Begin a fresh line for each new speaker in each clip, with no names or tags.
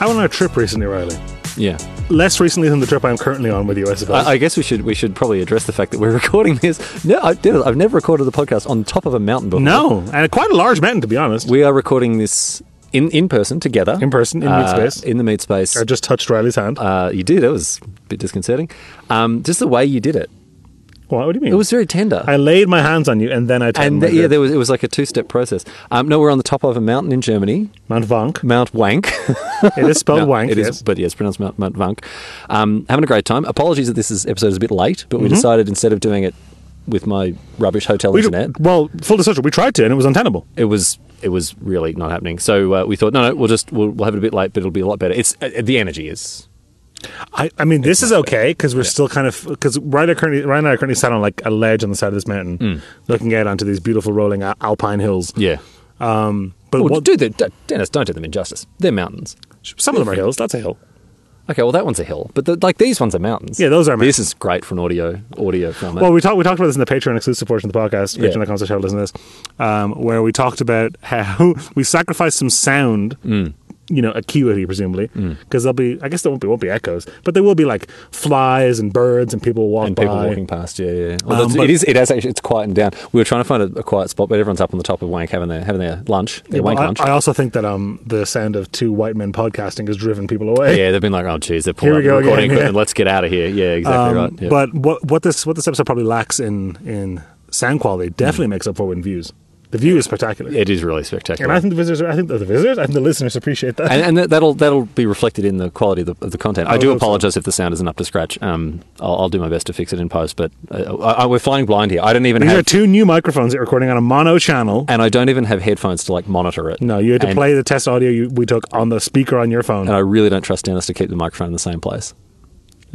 I went on a trip recently, Riley.
Yeah.
Less recently than the trip I'm currently on with you, I suppose.
I, I guess we should we should probably address the fact that we're recording this. No, I did. I've never recorded the podcast on top of a mountain before.
no, and quite a large mountain, to be honest.
we are recording this in in person together.
In person, in
uh,
mid-space.
in the meet space.
I just touched Riley's hand.
Uh, you did. That was a bit disconcerting. Um, just the way you did it.
what, what do you mean?
It was very tender.
I laid my hands on you and then I told
and
my
th- yeah,
group,
there was it was like a two step process. Um, no, we're on the top of a mountain in Germany,
Mount Vonk.
Mount Wank.
It is spelled
No,
Oh, Wank.
It is,
yes.
but yes, pronounced Mount, Mount Vank. Um, having a great time. Apologies that this is, episode is a bit late, but we decided instead of doing it with my rubbish hotel
Mm-hmm. We-
internet,
well, full disclosure, we tried to and it was untenable.
it was it was really not happening. So uh, we thought, no, no, we'll just we'll, we'll have it a bit late, but it'll be a lot better. It's uh, the energy is
I, I mean, this is okay because we're still kind of because Ryan, currently, Ryan and I are currently sat on like a ledge on the side of this mountain, looking out onto these beautiful rolling al- alpine hills.
Mm. yeah. Oh,
Um, but
Well,
what,
do the, d- Dennis, don't do them injustice. They're mountains.
some of them are hills. That's a hill.
Okay, well that one's a hill, but the, like these ones are mountains.
Yeah, those are
This is great for an audio audio format.
Well, we talked we talked about this in the Patreon exclusive portion of the podcast,
Yeah.
Patreon.com slash listen to this, um, where we talked about how we sacrificed some sound.
Mm.
You know, acuity presumably, because there'll be. I guess there won't be won't be echoes, but there will be like flies and birds and people walk
and
by.
people walking past. Yeah, yeah. Although it's-
Um, but-
it is. It has actually. It's quietened down. We were trying to find a, a quiet spot, but everyone's up on the top of Wank having their having their lunch, their
Yeah, well,
Wank
I,
lunch.
I also think that um, the sound of two white men podcasting has driven people away.
yeah, they've been like, oh, geez, they're
Here
pulling
we
out the
go
recording
again, yeah.
equipment. Let's get out of here. Yeah,
Um,
exactly right. Yeah.
But what what this what this episode probably lacks in in sound quality
Mm.
definitely makes up for in views. The view is spectacular,
it is really
and
spectacular.
I think the visitors, are, I think the visitors, I think the listeners appreciate that.
and, and that- that'll that'll be reflected in the quality of the, of the content. I
I
do
hope so.
apologise if the sound isn't up to scratch. Um, I'll, I'll do my best to fix it in post. But uh, I, I, we're flying blind here. I don't even
These are
have,
two new microphones that are recording on a mono channel.
and I don't even have headphones to like monitor it.
No, you had to
And- Uh,
play the test audio you, we took on the speaker on your phone.
And I really don't trust Dennis to keep the microphone in the same place.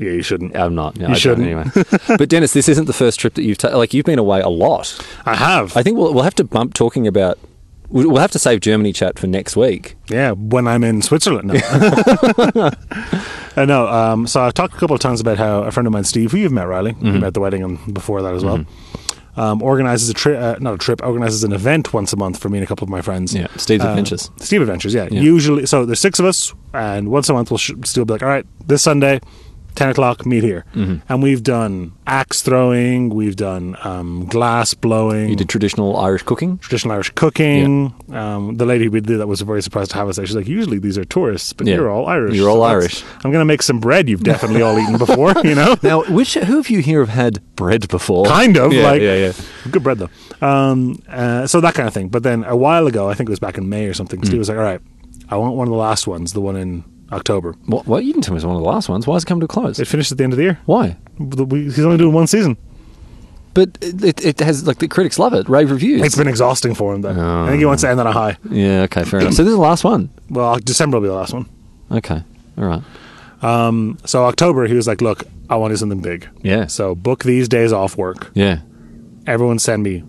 yeah, you shouldn't.
I'm not. No, I
You
don't
shouldn't.
anyway. but Dennis, this isn't the first trip that you've taken. Like you've been away a lot.
I have.
I think we'll we'll have to bump talking about. We'll we'll have to save Germany chat for next week.
yeah, when I'm in Switzerland. No. I know. Um, so I've talked a couple of times about how a friend of mine, Steve, who you've met, Riley, you met at the wedding and before that as well, um, organizes a trip, uh, not a trip, organizes an event once a month for me and a couple of my friends. Uh,
Yeah, Steve's Adventures.
Steve Adventures, yeah.
Yeah.
Usually, so there's six of us, and once a month we'll sh- still be like, all right, this Sunday, 10 o'clock, meet here. And we've done axe throwing, we've done um, glass blowing,
You did traditional Irish cooking.
traditional Irish cooking. Um, the lady who did that was very surprised to have us there. She's like, usually these are tourists, but
Yeah.
you're all Irish.
You're all
that's-
Irish."
I'm going to make some bread you've definitely all eaten before, you know?
Now, which who of you here have had bread before?
kind of
Yeah,
like
yeah, yeah.
good bread though um uh, so that kind of thing but then a while ago i think it was back in may or something
Mm.
steve was like all right i want one of the last ones the one in october
What, what you didn't tell me it was one of the last ones. Why has it come to a close?
it finished at the end of the year
Why?
The- we- he's only doing one season
But it, it, it has like the critics love it. Rave reviews.
it's been exhausting for him though i think he wants to end on a high
yeah. Okay. Fair enough. So this is the last one.
well december will be the last one
Okay. All right.
so october he was like look i want to do something big
Yeah.
so book these days off work
Yeah.
everyone send me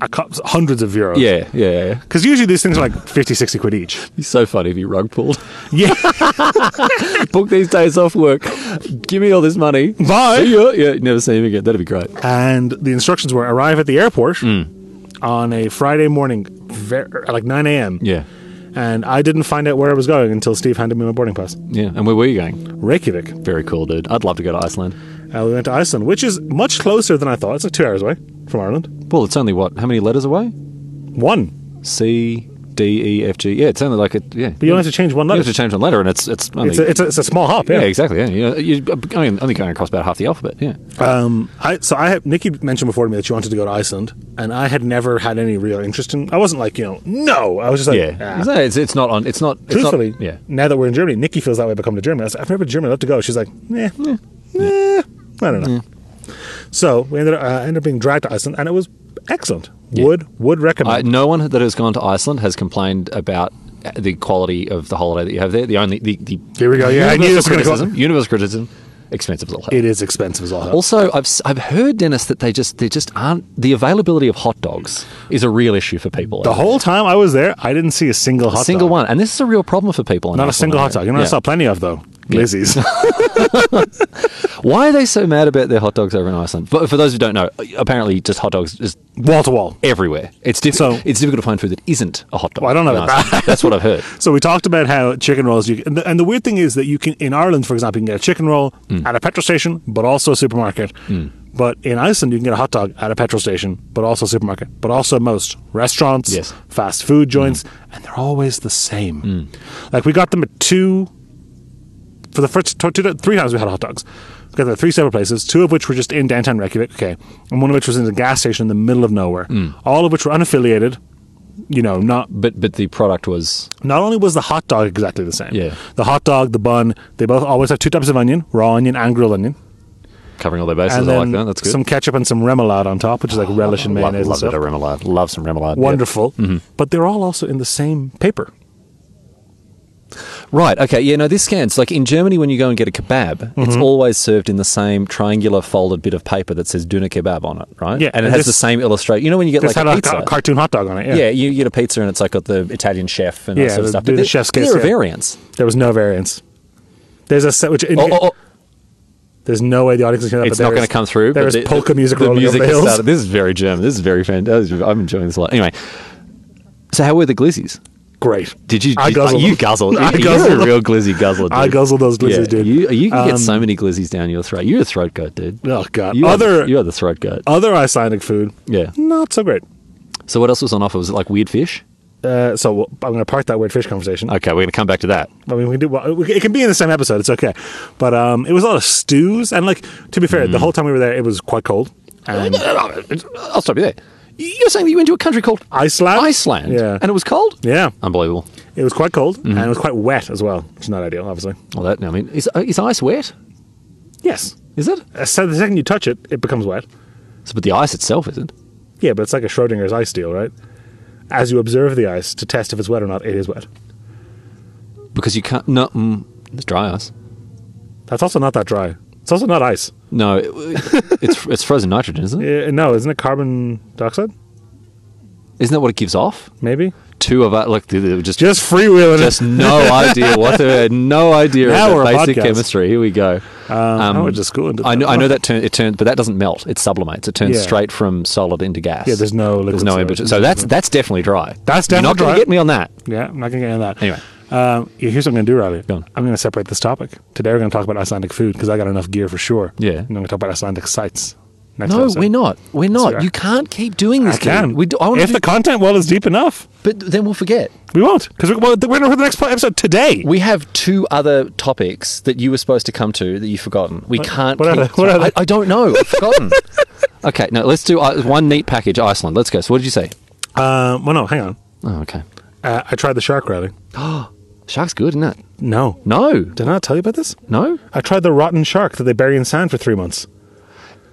a cou- hundreds of euros
Yeah. Yeah. yeah.
because usually these things are like 50 60 quid each
He's so funny if you rug pulled.
yeah
Book these days off work. Give me all this money.
Bye.
See ya. Yeah, never see him again. That'd be great.
and the instructions were arrive at the airport
Mm.
on a Friday morning, ver at like 9 a.m.
Yeah.
And I didn't find out where I was going until Steve handed me my boarding pass.
Yeah. And where were you going?
Reykjavik.
Very cool, dude. I'd love to go to Iceland.
Uh, we went to Iceland, which is much closer than I thought. It's like two hours away from Ireland.
Well, it's only what? How many letters away?
One.
C, D, E, F, G. Yeah, it's only like a. Yeah.
But you only have to change one
You
letter.
have to change one letter, and it's it's only.
It's a, it's, a, it's a small hop,
yeah,
yeah.
exactly. Yeah, you know, you I mean, only going across about half the alphabet. Yeah,
Um, I, so I had, Nikki mentioned before to me that she wanted to go to Iceland, and I had never had any real interest in. I wasn't like you know, no. I was just like,
yeah.
"Ah."
No, it's, it's not on. It's not. It's not-
truthfully,
yeah.
now that we're in Germany, Nikki feels that way about coming to Germany. I was like, I've never been to Germany. I'd love to go. She's like, eh, eh, eh, I don't know. So we ended up, uh, ended up being dragged to Iceland, and it was excellent. Would would
I,
recommend.
no one that has gone to Iceland has complained about the quality of the holiday that you have there. The only the, the
Here we go. Yeah, I knew this was
universal
gonna come up.
criticism. Universal criticism, expensive as all hell.
it is expensive as all hell.
Also, I've s- I've heard Dennis that they just they just aren't the availability of hot dogs is a real issue for people.
The whole time I was there, I didn't see a single hot
single
dog.
one, and this is a real problem for people. in
Not a
Iceland,
single
I
hot
know.
dog. You know, what
Yeah.
I saw plenty of though. Lizzie's.
Why are they so mad about their hot dogs over in Iceland? For, for those who don't know, apparently just hot dogs just
Wall to wall.
everywhere. It's diff-
So-
it's difficult to find food that isn't a hot dog.
Well, I don't know
in
about
Iceland. That's what I've heard.
So we talked about how chicken rolls. You and the, and the weird thing is that you can in Ireland, for example, you can get a chicken roll at a petrol station, but also a supermarket. But in Iceland, you can get a hot dog at a petrol station, but also a supermarket, but also most restaurants,
Yes.
fast food joints, and they're always the same. Like we got them at two for the first two, two, three times we had hot dogs. We got them at three separate places, two of which were just in downtown Reykjavik, okay, and one of which was in a gas station in the middle of nowhere. All of which were unaffiliated. You know, not
But but the product was
not only was the hot dog exactly the same,
Yeah.
the hot dog, the bun, they both always have two types of onion, raw onion and grilled onion.
covering all their bases.
And
I
then
like that. That's good. Ah,
some ketchup and some remoulade on top, which is like relish and
love,
mayonnaise.
love
and
it, a
stuff.
remoulade. Love some remoulade. yeah. Mm-hmm.
Wonderful. But they're all also in the same paper.
Right. Okay. Yeah. No, this scans. Like in Germany, when you go and get a kebab,
Mm-hmm.
it's always served in the same triangular folded bit of paper that says "Duna kebab" on it, right?
Yeah, and
And it has
this-
the same illustration. You know when you get
It's had
like a
a,
pizza.
ca- cartoon hot dog on it. Yeah.
yeah, you get a pizza and it's like got the Italian chef and all
Yeah,
that sort of
the-
stuff.
the
there-
chef's
there
kiss,
are
yeah.
variants.
There was no variance. There's a set which in,
Oh, oh, oh,
there's no way the audience can hear that.
it's
Uh, but
not
there
going
is-
to come through. but
There is
the-
polka
the-
music
the
rolling
music
over
has
the hills.
started. This is very German. This is very fantastic. I'm enjoying this a lot. Anyway, so how were the glizzies?
Great.
Did you?
I
did- like,
guzzled
you
them.
guzzled.
I
You're
guzzled
a
them.
real glizzy guzzler.
I
dude.
guzzled those glizzies,
Yeah,
dude.
You, you can
Um,
get so many glizzies down your throat. You're a throat goat, dude.
Oh, God.
You are
Other-
the, you are the throat goat.
Other Icelandic food,
Yeah.
not so great.
So what else was on offer? Was it like weird fish?
Uh, so well, I'm going to park that weird fish conversation.
Okay, we're going to come back to that.
I mean, we can do. Well, we- it can be in the same episode. It's okay. But um, it was a lot of stews, and like to be
Mm.
fair, the whole time we were there, it was quite cold. And
Um, I'll stop you there. You're saying that you went to a country called
Iceland,
Iceland,
yeah,
and it was cold.
yeah,
Unbelievable.
it was quite cold,
Mm-hmm.
and it was quite wet as well, which is not ideal, obviously.
Well, that I mean, is, is ice wet?
Yes.
Is it?
Uh, So the second you touch it, it becomes wet.
So, but the ice itself isn't.
Yeah, but it's like a Schrodinger's ice deal, right? As you observe the ice to test if it's wet or not, it is wet.
because you can't. No, mm, it's dry ice.
That's also not that dry. It's also not ice.
No, it, it's it's frozen nitrogen, isn't it?
Uh, no, isn't it carbon dioxide?
Isn't that what it gives off?
Maybe.
Two of us, like they- they were just
Just freewheeling.
just no idea what they had no idea
Now
about
we're a
basic
podcast.
chemistry. Here we go.
Uh, I went to school and did
um, I
that.
know, I know that turn, it turns, but that doesn't melt. It sublimates. It turns
Yeah.
straight from solid into gas.
Yeah, there's no liquid
there's no in
solid.
between. So that's that's definitely dry.
That's
You're
definitely
not gonna
dry.
Get me on that.
Yeah, I'm not going to get into that.
Anyway.
Um, yeah, here's what I'm going to do, Riley.
Go on.
I'm going to separate this topic. Today we're going to talk about Icelandic food because I got enough gear for sure.
Yeah.
And I'm going to talk about Icelandic sites. Next
No,
episode.
we're not. We're
we
not.
are.
you can't keep doing this.
I can.
Dude. We do, I want
if
to
the content well is deep enough,
but then we'll forget.
we won't because we're, well, we're going to the next po- episode today.
We have two other topics that you were supposed to come to that you've forgotten. We can't.
what are
keep-
they? What are they?
I, I don't know. I've forgotten. okay, no. Let's do uh, one neat package. Iceland. Let's go. So, what did you say?
uh, well, no, hang on.
Oh, okay.
Uh, I tried the shark, Riley.
Shark's good, isn't it?
No.
No,
Did I not tell you about this?
no,
I tried the rotten shark that they bury in sand for three months.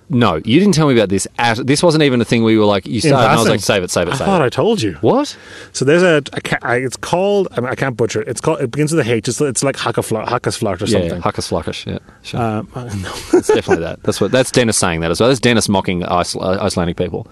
no. You didn't tell me about this. At this wasn't even a thing where you were like you started. and I was
passing.
like, save it, save it,
I
save
thought
it.
I told you.
What?
So there's a, I can't, I, it's called, I, mean, I can't butcher it. It's called, it begins with a H. It's, it's like Hakkafla- Hakkasflart or
Yeah,
something.
huckus flockish. Yeah, sure.
um, no.
it's definitely that. That's what. That's Dennis saying that as well. That's Dennis mocking Ice, uh, Icelandic people.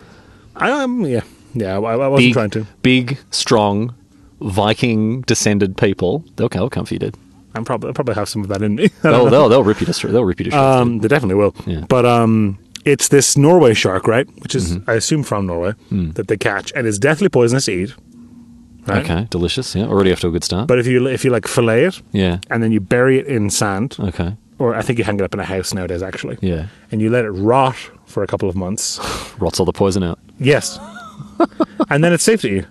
I, um, yeah. Yeah, I, I wasn't
Big,
trying to.
big, strong, Viking descended people. They'll, they'll come for you, dude.
I'm probably I probably have some of that in me. I don't
they'll,
know.
they'll, they'll rip you to shreds. They'll rip you to shreds.
um, they definitely will.
Yeah.
But um, it's this Norway shark, right? Which is I assume from Norway that they catch, and it's deathly poisonous to eat. Right?
okay, delicious. Yeah, already off to a good start.
But if you if you like fillet it,
yeah.
and then you bury it in sand,
Okay.
or I think you hang it up in a house nowadays, actually.
Yeah.
And you let it rot for a couple of months.
Rots all the poison out.
yes. and then it's safe to eat.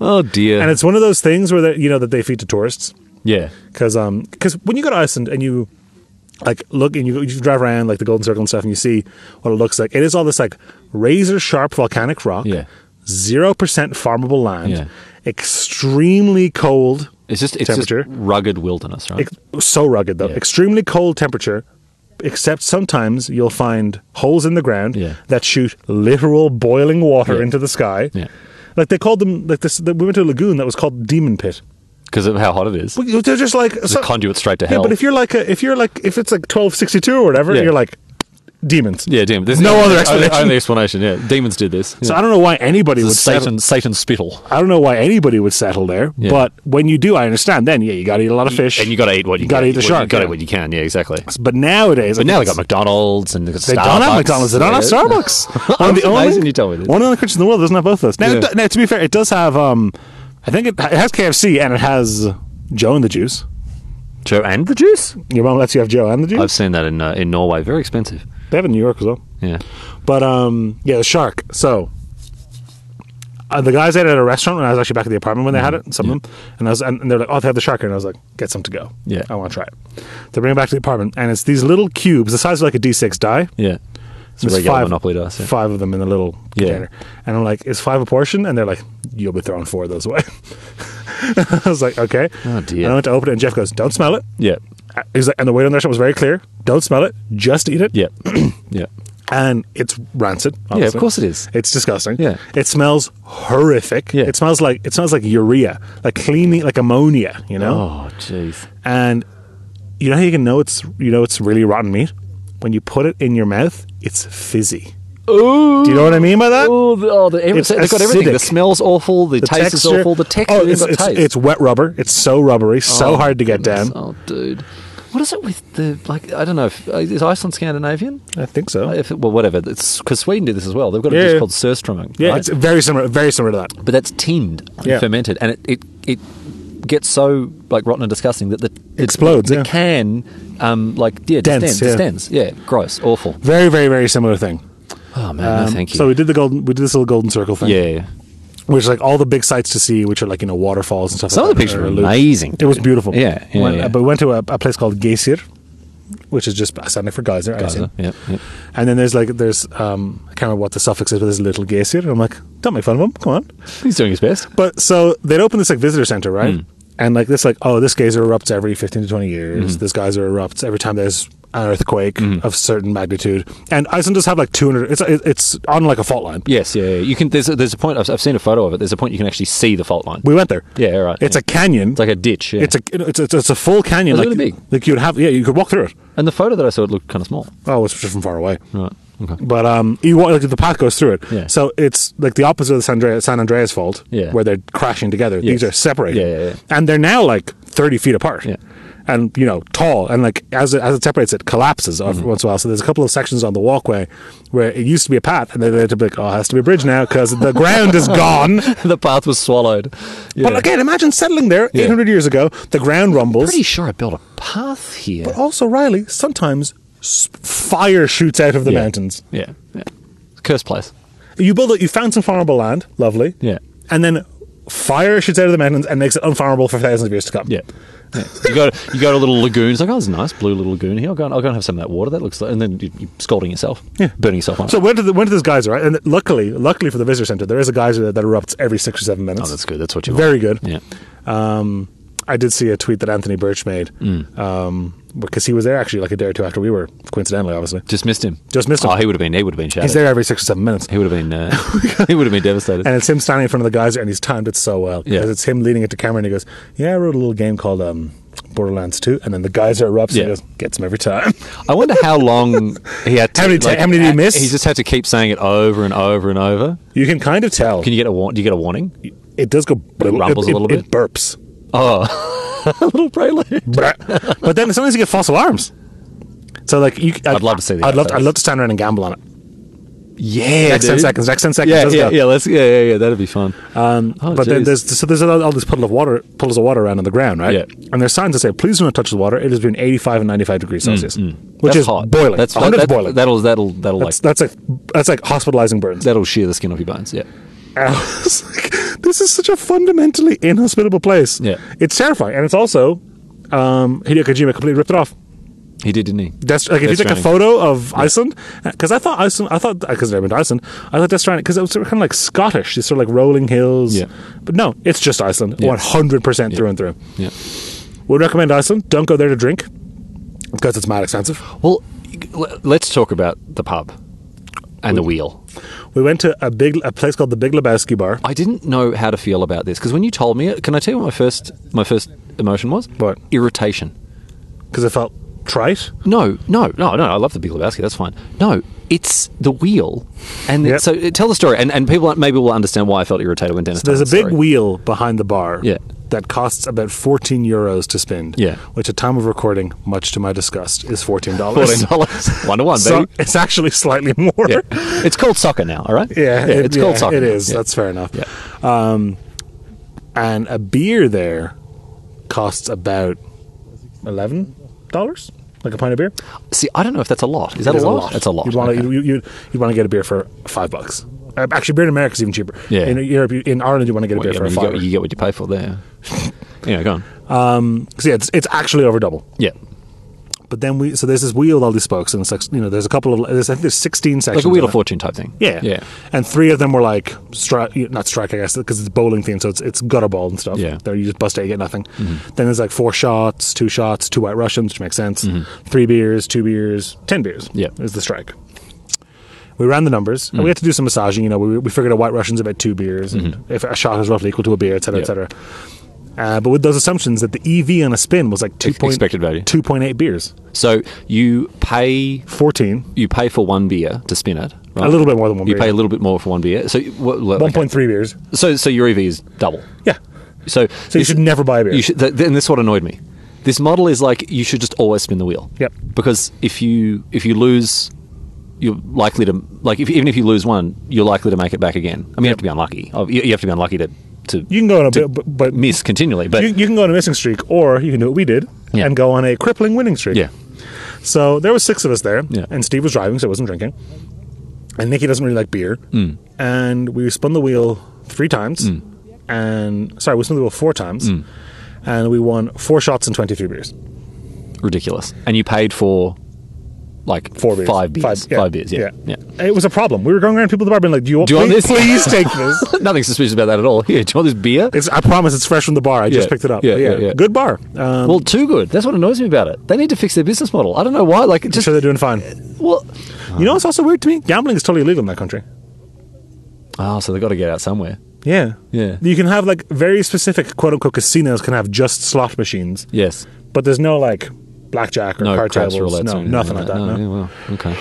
Oh dear.
And it's one of those things where that you know that they feed to tourists.
yeah.
because um 'cause when you go to Iceland and you like look and you, you drive around like the Golden Circle and stuff and you see what it looks like, it is all this like razor sharp volcanic rock,
Yeah.
zero percent farmable land,
Yeah.
extremely cold,
It's just it's just
Temperature.
rugged wilderness, right?
ex- so rugged though,
Yeah.
extremely cold temperature. Except sometimes you'll find holes in the ground
Yeah.
that shoot literal boiling water
Yeah.
into the sky.
yeah.
Like they called them like this. We went to a lagoon that was called Demon Pit.
Because of how hot it is.
But They're just like
It's a conduit straight to
Yeah,
hell.
but if you're like a, if you're like if it's like twelve sixty two or whatever,
Yeah.
you're like demons.
Yeah, demon. There's
No other
only-
explanation.
Only explanation. Yeah, demons did this.
So
Yeah.
I don't know why anybody would
It's
settle.
Satan, Satan spittle,
I don't know why anybody would settle there.
Yeah.
But when you do, I understand. Then yeah, you got to eat a lot of fish.
and you got to eat what you,
gotta
can.
eat the
what You
shark,
got to
yeah.
eat what you can. Yeah, exactly.
but nowadays,
But now they got McDonald's and they got
They don't have McDonald's. They don't have Starbucks. One of the
Amazing
only
you tell me this.
one of the countries in the world doesn't have both of those. Now,
Yeah.
it do- now, to be fair, it does have. Um, I think it, it has KFC and it has Joe and the Juice.
Joe and the juice.
Your mom lets you have Joe and the Juice.
I've seen that in uh, in Norway. Very expensive.
they have it in New York as well.
Yeah.
But um, yeah, the shark. So uh, the guys ate it at a restaurant, and I was actually back at the apartment when they had it. Some of them, and I was, and, and they're like, "Oh, they have the shark," here," and I was like, "Get some to go.
Yeah.
I want to try it." They bring it back to the apartment, and it's these little cubes, the size of like a D6 die.
Yeah. It's a
There's
regular Monopoly dice. Yeah.
Five of them in a little
Yeah.
container, and I'm like, "Is five a portion?" And they're like, "You'll be throwing four of those away." I was like, "Okay."
Oh, dear.
And I went to open it, and Jeff goes, "Don't smell it."
yeah.
Uh, He's like, and the weight on their shot was very clear. Don't smell it. Just eat it.
Yeah. yeah.
And it's rancid.
Yeah, of
obviously.
course it is.
It's disgusting.
Yeah.
It smells horrific.
Yeah.
It smells like it smells like urea, like cleaning, like ammonia. You know.
Oh, jeez.
And you know how you can know it's you know it's really rotten meat when you put it in your mouth. It's fizzy.
Ooh.
Do you know what I mean by that?
Oh, the, oh, the, every,
It's
they've got everything. The
acidic.
smell's awful. The, taste is awful. The texture.
Oh,
they've
it's,
got
it's,
taste.
it's wet rubber. It's so rubbery, so
Oh,
hard to get
goodness.
down.
Oh, dude. What is it with the like? I don't know. If, uh, is Iceland Scandinavian? Uh,
I think so.
If it, well, whatever. It's because Sweden did this as well. They've got a
Yeah,
dish
yeah.
called surströmming.
yeah,
right?
it's very similar. Very similar to that.
but that's tinned, and
Yeah.
fermented, and it, it it gets so like rotten and disgusting that the the-
Explodes,
The,
yeah.
can, um, like yeah,
Dents,
distends,
yeah.
distends, yeah, gross, awful.
Very, very, very similar thing.
Oh man,
Um,
no, thank you.
So we did the golden. We did this little golden circle thing.
yeah,
which like all the big sites to see, which are like you know waterfalls and stuff.
Some
like
of the
that,
pictures
are
were
looped.
amazing,
It was
dude.
beautiful.
Yeah, yeah,
Went-
yeah.
But we went to a, a place called Geysir, which is just I standing for geyser. I
Geyser,
assume.
yeah, yeah.
And then there's like there's um I can't remember what the suffix is, but there's little Geysir. And I'm like, don't make fun of him. Come on.
he's doing his best.
But so they'd open this like visitor center, right?
Hmm.
And like this, like oh, this geyser erupts every fifteen to twenty years.
Mm-hmm.
This geyser erupts every time there's an earthquake of certain magnitude. And Iceland does have like two hundred. It's it's on like a fault line.
Yes, yeah, yeah. You can. There's a, there's a point. I've, I've seen a photo of it. There's a point you can actually see the fault line.
We went there.
Yeah, right.
It's
yeah.
a canyon.
it's like a ditch. Yeah.
It's a it's, it's, it's a full canyon.
It's
like,
really big.
Like you'd have yeah, you could walk through it.
and the photo that I saw it looked kind of small.
Oh, it's just from far away.
Right. Okay.
But um, you walk like the path goes through it.
Yeah.
So it's like the opposite of the San Andreas, San Andreas fault,
Yeah.
where they're crashing together. These
Yes.
are separated.
Yeah, yeah, yeah.
And they're now like thirty feet apart.
Yeah.
And you know, tall and like as it, as it separates, it collapses every
Mm-hmm.
once in a while. So there's a couple of sections on the walkway where it used to be a path, and then they had to be like, oh, it has to be a bridge now because the ground is gone.
the path was swallowed. Yeah.
But again, imagine settling there 800 years ago. The ground rumbles.
pretty sure I built a path here.
But also, Riley, sometimes s- fire shoots out of the
Yeah.
mountains.
yeah, yeah. Cursed place.
You build it, you found some farmable land, lovely.
Yeah.
And then fire shoots out of the mountains and makes it unfarmable for thousands of years to come.
Yeah. Yeah. You go, you go to a little lagoon. It's like, oh, there's a nice blue little lagoon here. I'll go, and, I'll go and have some of that water. That looks like, and then you, you're scalding yourself. Yeah. Burning yourself on
So
it.
went to the, went to this geyser, right? And luckily, luckily for the visitor center, there is a geyser that, that erupts every six or seven
Oh,
minutes.
that's good. That's what you want.
Very good.
Yeah.
Um, I did see a tweet that Anthony Birch made
Mm.
um, because he was there actually like a day or two after we were, coincidentally, obviously.
Just missed him.
Just missed him.
Oh, he would have been, he would have been shattered.
He's there every six or seven minutes.
He would have been, uh, he would have been devastated.
and it's him standing in front of the geyser, and he's timed it so well
Yeah.
because it's him leading it to camera, and he goes, "Yeah, I wrote a little game called um, Borderlands 2. and then the geyser erupts,
Yeah.
and he goes, "Gets him every time."
I wonder how long he had to,
How many ta- how many did he miss?
He just had to keep saying it over and over and over.
you can kind of tell
Can you get a warning? Do you get a warning?
it does go. blub-
rumbles a
it-
little
it- It
bit?
burps,
Oh, a little prelude.
Blah. but then sometimes you get false alarms. So like you, I,
I'd love to see the
I'd love,
outtakes.
I'd love to stand around and gamble on it.
Yeah,
Next ten
dude.
seconds, next ten seconds.
Yeah,
let's
yeah,
go.
yeah, let's, yeah, yeah, yeah. That'd be fun. Um,
but then there's so there's all all this puddle of water puddles of water around on the ground, right?
Yeah.
And there's signs that say, "Please do not touch the water. It is between 85 and 95 degrees Celsius, which
Mm, That's
is
hot.
boiling.
That's
100 is
that,
boiling.
That'll that'll that'll
that's,
like
that's like that's like hospitalizing burns.
that'll shear the skin off your bones. Yeah,
And I was like, this is such a fundamentally inhospitable place.
Yeah.
It's terrifying. And it's also, um, Hideo Kojima completely ripped it off.
he did, didn't he?
Death, like if you
Death
take a
Stranding.
photo of Iceland, because I thought Iceland, I thought because I've been to Iceland, I thought Death Stranding because it was sort of kind of like Scottish, these sort of like rolling hills.
Yeah.
But no, it's just Iceland, one hundred percent through and through.
Yeah.
Would recommend Iceland. Don't go there to drink because it's mad expensive.
Well, l- let's talk about the pub and the wheel.
We went to a big a place called the Big Lebowski Bar.
I didn't know how to feel about this because when you told me it, can I tell you what my first my first emotion was?
What?
Irritation.
because it felt trite.
No, no, no, no. I love the Big Lebowski. That's fine. No, it's the wheel, and
Yep.
so uh, tell the story, and, and people maybe will understand why I felt irritated when Dennis.
There's
told
a
the
big
story.
wheel behind the bar
Oh, Yeah.
that costs about 14 euros to spin.
Yeah.
Which at time of recording, much to my disgust, is $14.
Fourteen dollars, one to one,
So
baby.
it's actually slightly more.
Yeah. It's called soccer now. All right.
Yeah, it-
it's called
yeah,
soccer.
It
now.
is.
Yeah.
That's fair enough. Um,
Yeah.
And a beer there costs about eleven dollars, like a pint of beer.
See, I don't know if that's a lot. Is that
It is
a lot? It's a lot.
You'd want to
Okay.
you, you, you'd want to get a beer for five bucks. Uh, Actually, beer in America is even cheaper.
Yeah.
In Europe, you- in Ireland, you want to get a
Well,
beer
yeah, I
for
mean,
a
you,
five.
get, you get what you pay for there. anyway, go on.
So yeah, it's, it's actually over double.
Yeah.
But then we so there's this wheel with all these spokes and it's like, you know there's a couple of there's, I think there's 16 sections
Like a Wheel
of
of
it.
Fortune type thing.
Yeah.
Yeah.
And three of them were like stri- not strike, I guess, because it's bowling themed, so it's it's gutter ball and stuff.
Yeah. Mm-hmm.
There you just bust it, you get nothing. Then there's like four shots, two shots, two white Russians, which makes sense. Three beers, two beers, ten beers.
Mm-hmm. Yeah. Mm.
Is the strike. We ran the numbers and we had to do some massaging. You know, we, we figured a white Russian's about two beers, and if a shot is roughly equal to a beer, et cetera, et
Mm-hmm. Yeah.
cetera. Uh, but with those assumptions that the EV on a spin was like two point
expected value.
2.8 beers,
So you pay
14,
you pay for one beer to spin it. Right?
a little bit more than one
You
beer,
pay a little bit more for one beer. So what, what-
1.3 beers.
so so your EV is double.
Yeah,
So
so you should never buy a beer.
You should, th- and this is what annoyed me. This model is like you should just always spin the wheel.
Yep.
Because if you if you lose, you're likely to like if, even if you lose one, you're likely to make it back again. I mean, you have to be unlucky. Oh, You, you have to be unlucky to to
You can go on a
to
bit, but, but
miss continually. But
you, you can go on a missing streak, or you can do what we did
Yeah.
and go on a crippling winning streak.
yeah,
So there was six of us there,
Yeah.
and Steve was driving, so he wasn't drinking. And Nikki doesn't really like beer,
Hmm.
and we spun the wheel three times, and sorry, we spun the wheel four times,
Hmm.
and we won four shots and twenty three beers.
ridiculous. And you paid for like
Four beers,
five beers, five, beers. Yeah, yeah.
It was a problem. We were going around people at the bar, being like, "Do you,
Do you want
please,
this?
please take this."
Nothing suspicious about that at all. Here, do you want this beer?
It's, I promise, it's fresh from the bar. I just
Yeah.
picked it up.
Yeah, yeah, yeah.
Good bar. Um,
well, too good. That's what annoys me about it. They need to fix their business model. I don't know why. Like, it
I'm
just
sure they're doing fine.
well,
You know what's also weird to me? Gambling is totally illegal in that country.
oh, so they got to get out somewhere.
Yeah.
Yeah.
You can have like very specific quote unquote casinos can have just slot machines,
Yes.
but there's no like blackjack or
no
card
craps,
tables.
roulettes or
No, nothing
anything
like that. no.
yeah, well, okay.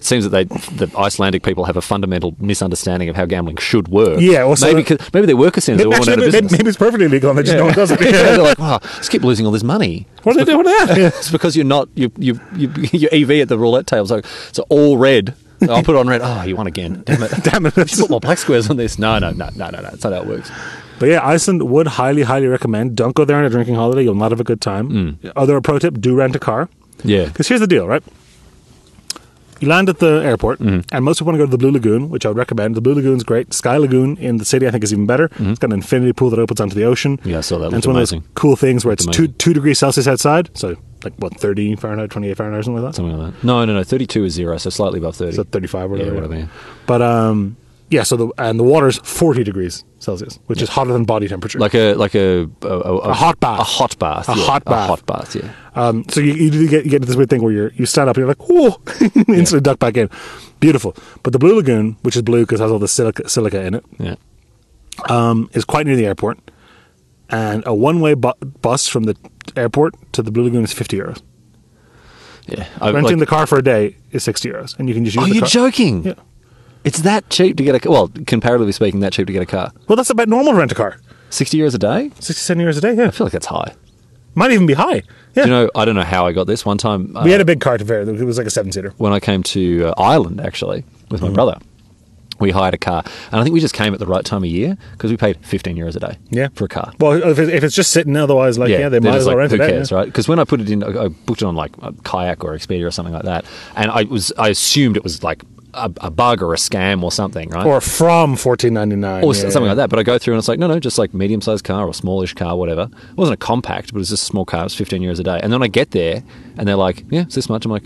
Seems that they, the Icelandic people have a fundamental misunderstanding of how gambling should work.
Yeah, well, so
maybe
that-
'cause- maybe they were casinos. They
Maybe,
were
actually,
out of
maybe,
business.
maybe it's perfectly legal and they just no one does it.
Yeah, they're like, wow, just keep losing all this money.
What are they doing now?
It's because you're not you you, you your EV at the roulette table. So it's all red. So I'll put it on red. Oh, you won again. Damn it.
Damn it.
Just put more black squares on this. No, no, no, no, no, no. That's not how it works.
But yeah, Iceland would highly, highly recommend. Don't go there on a drinking holiday. You'll not have a good time.
Mm.
Other pro tip do rent a car.
Yeah.
Because here's the deal, right? You land at the airport,
Mm-hmm.
and most people want to go to the Blue Lagoon, which I would recommend. The Blue Lagoon's great. Sky Lagoon in the city, I think, is even better. It's got an infinity pool that opens onto the ocean.
Mm-hmm. Yeah, I saw that.
And
Looked
it's one of
amazing.
those cool things where it's two
amazing.
two degrees Celsius outside, so like what thirty Fahrenheit, twenty eight Fahrenheit, something like that.
Something like that. No, no, no. Thirty-two is zero, so slightly above thirty.
So thirty five, whatever.
Yeah, whatever, yeah.
But um, yeah. So the and the water's forty degrees Celsius, which is hotter than body temperature.
like a like a a, a, a
hot bath.
a hot bath,
A
yeah.
hot bath.
a hot bath, yeah.
Um, so you, you do get you get into this weird thing where you you stand up and you're like, oh, instantly duck back in. Beautiful. But the Blue Lagoon, which is blue because it has all the silica, silica in it,
Yeah.
um, is quite near the airport. And a one way bu- bus from the airport to the Blue Lagoon is 50 euros.
Yeah. I,
Renting
like-
the car for a day is 60 euros. And you can just use
Are
the
you
car.
joking?
Yeah.
It's that cheap to get a ca- well, comparatively speaking, that cheap to get a car.
Well, that's about normal rent a car.
Sixty euros a day?
67 euros a day, yeah.
I feel like that's high.
Might even be high. Yeah.
Do you know, I don't know how I got this. One time, uh,
we had a big car to fair. It was like a seven seater.
when I came to uh, Ireland, actually, with
Mm-hmm.
my brother, we hired a car, and I think we just came at the right time of year because we paid fifteen euros a day.
Yeah.
for a car.
Well, if it's, if it's just sitting otherwise, like, yeah, they
they're
might
just
as well
like,
rent
who
it out,
cares,
yeah.
right? Because when I put it in, I, I booked it on like a kayak or Expedia or something like that, and I was I assumed it was like a, a bug or a scam or something, right?
Or from fourteen ninety nine,
or something like that. But I go through and it's like, no, no, just like medium sized car or smallish car, whatever. It wasn't a compact, but it was just a small car. It was 15 euros a day. And then I get there and they're like, yeah, it's this much. I'm like,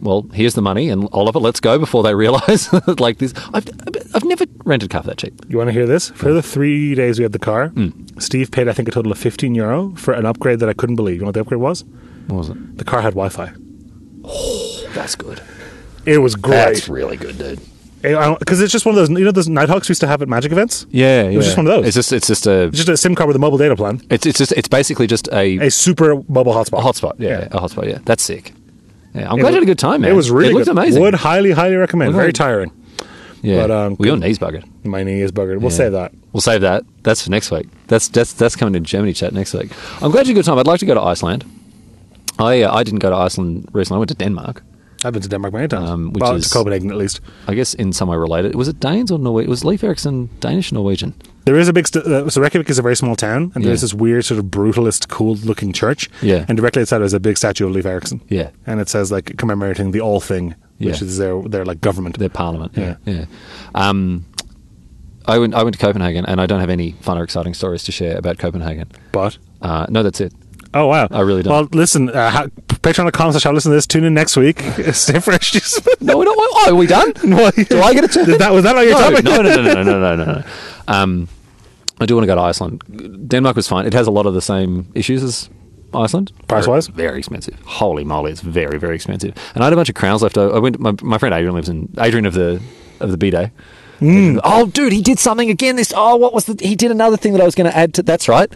well, here's the money and all of it. Let's go before they realize like this. I've, I've never rented a car for that cheap.
You want to hear this? For the three days we had the car,
Hmm.
Steve paid I think a total of fifteen euro for an upgrade that I couldn't believe. You know what the upgrade was?
What was it?
The car had Wi-Fi.
That's good.
It was great.
really good, dude.
Because it's just one of those, you know, those Nighthawks we used to have at magic events?
Yeah, yeah.
was just one of those.
It's just, it's just a,
It's just a SIM card with a mobile data plan,
it's, it's just, it's basically just a,
a super mobile hotspot.
a hotspot. Yeah,
Yeah.
a hotspot. Yeah, that's sick. Yeah, I'm glad you had a good time, man.
It was really
It looked
good.
amazing.
Would highly, highly recommend.
Looked
Very
like-
tiring.
yeah,
but, um,
well, your knees buggered.
My knee is buggered. We'll say that.
We'll save that. That's for next week. That's that's that's coming to Germany chat next week. I'm glad you had a good time. I'd like to go to Iceland. I uh, I didn't go to Iceland recently. I went to Denmark.
I've been to Denmark many times.
Um, which
well,
is-
to Copenhagen, at least.
I guess in some way related. Was it Danes or Norwegian? Was Leif Erikson Danish or Norwegian?
There is a big. St- uh, so Reykjavik is a very small town, and there's
Yeah.
this weird sort of brutalist, cool-looking church.
Yeah.
And directly outside is a big statue of Leif Erikson.
Yeah.
And it says like commemorating the All Thing, which
Yeah.
is their their like government.
Their parliament.
Yeah.
yeah. Um, I went I went to Copenhagen, and I don't have any fun or exciting stories to share about Copenhagen.
but
Uh, no, that's it.
oh wow,
I really don't.
Well, listen, uh, ha- Patreon.com slash I listen to this. Tune in next week. Stay fresh.
No, we don't. Oh, are we done? Do I get a turn?
that was that all your
no,
topic?
No, no, no, no, no, no, no, no. Um, I do want to go to Iceland. Denmark was fine. It has a lot of the same issues as Iceland.
Price-wise?
Very- very expensive. Holy moly, it's very, very expensive. And I had a bunch of crowns left over. I went. My, my friend Adrian lives in Adrian of the of the B Day.
Hmm.
Oh, dude, he did something again. This. Oh, what was the? He did another thing that I was going to add to. That's right.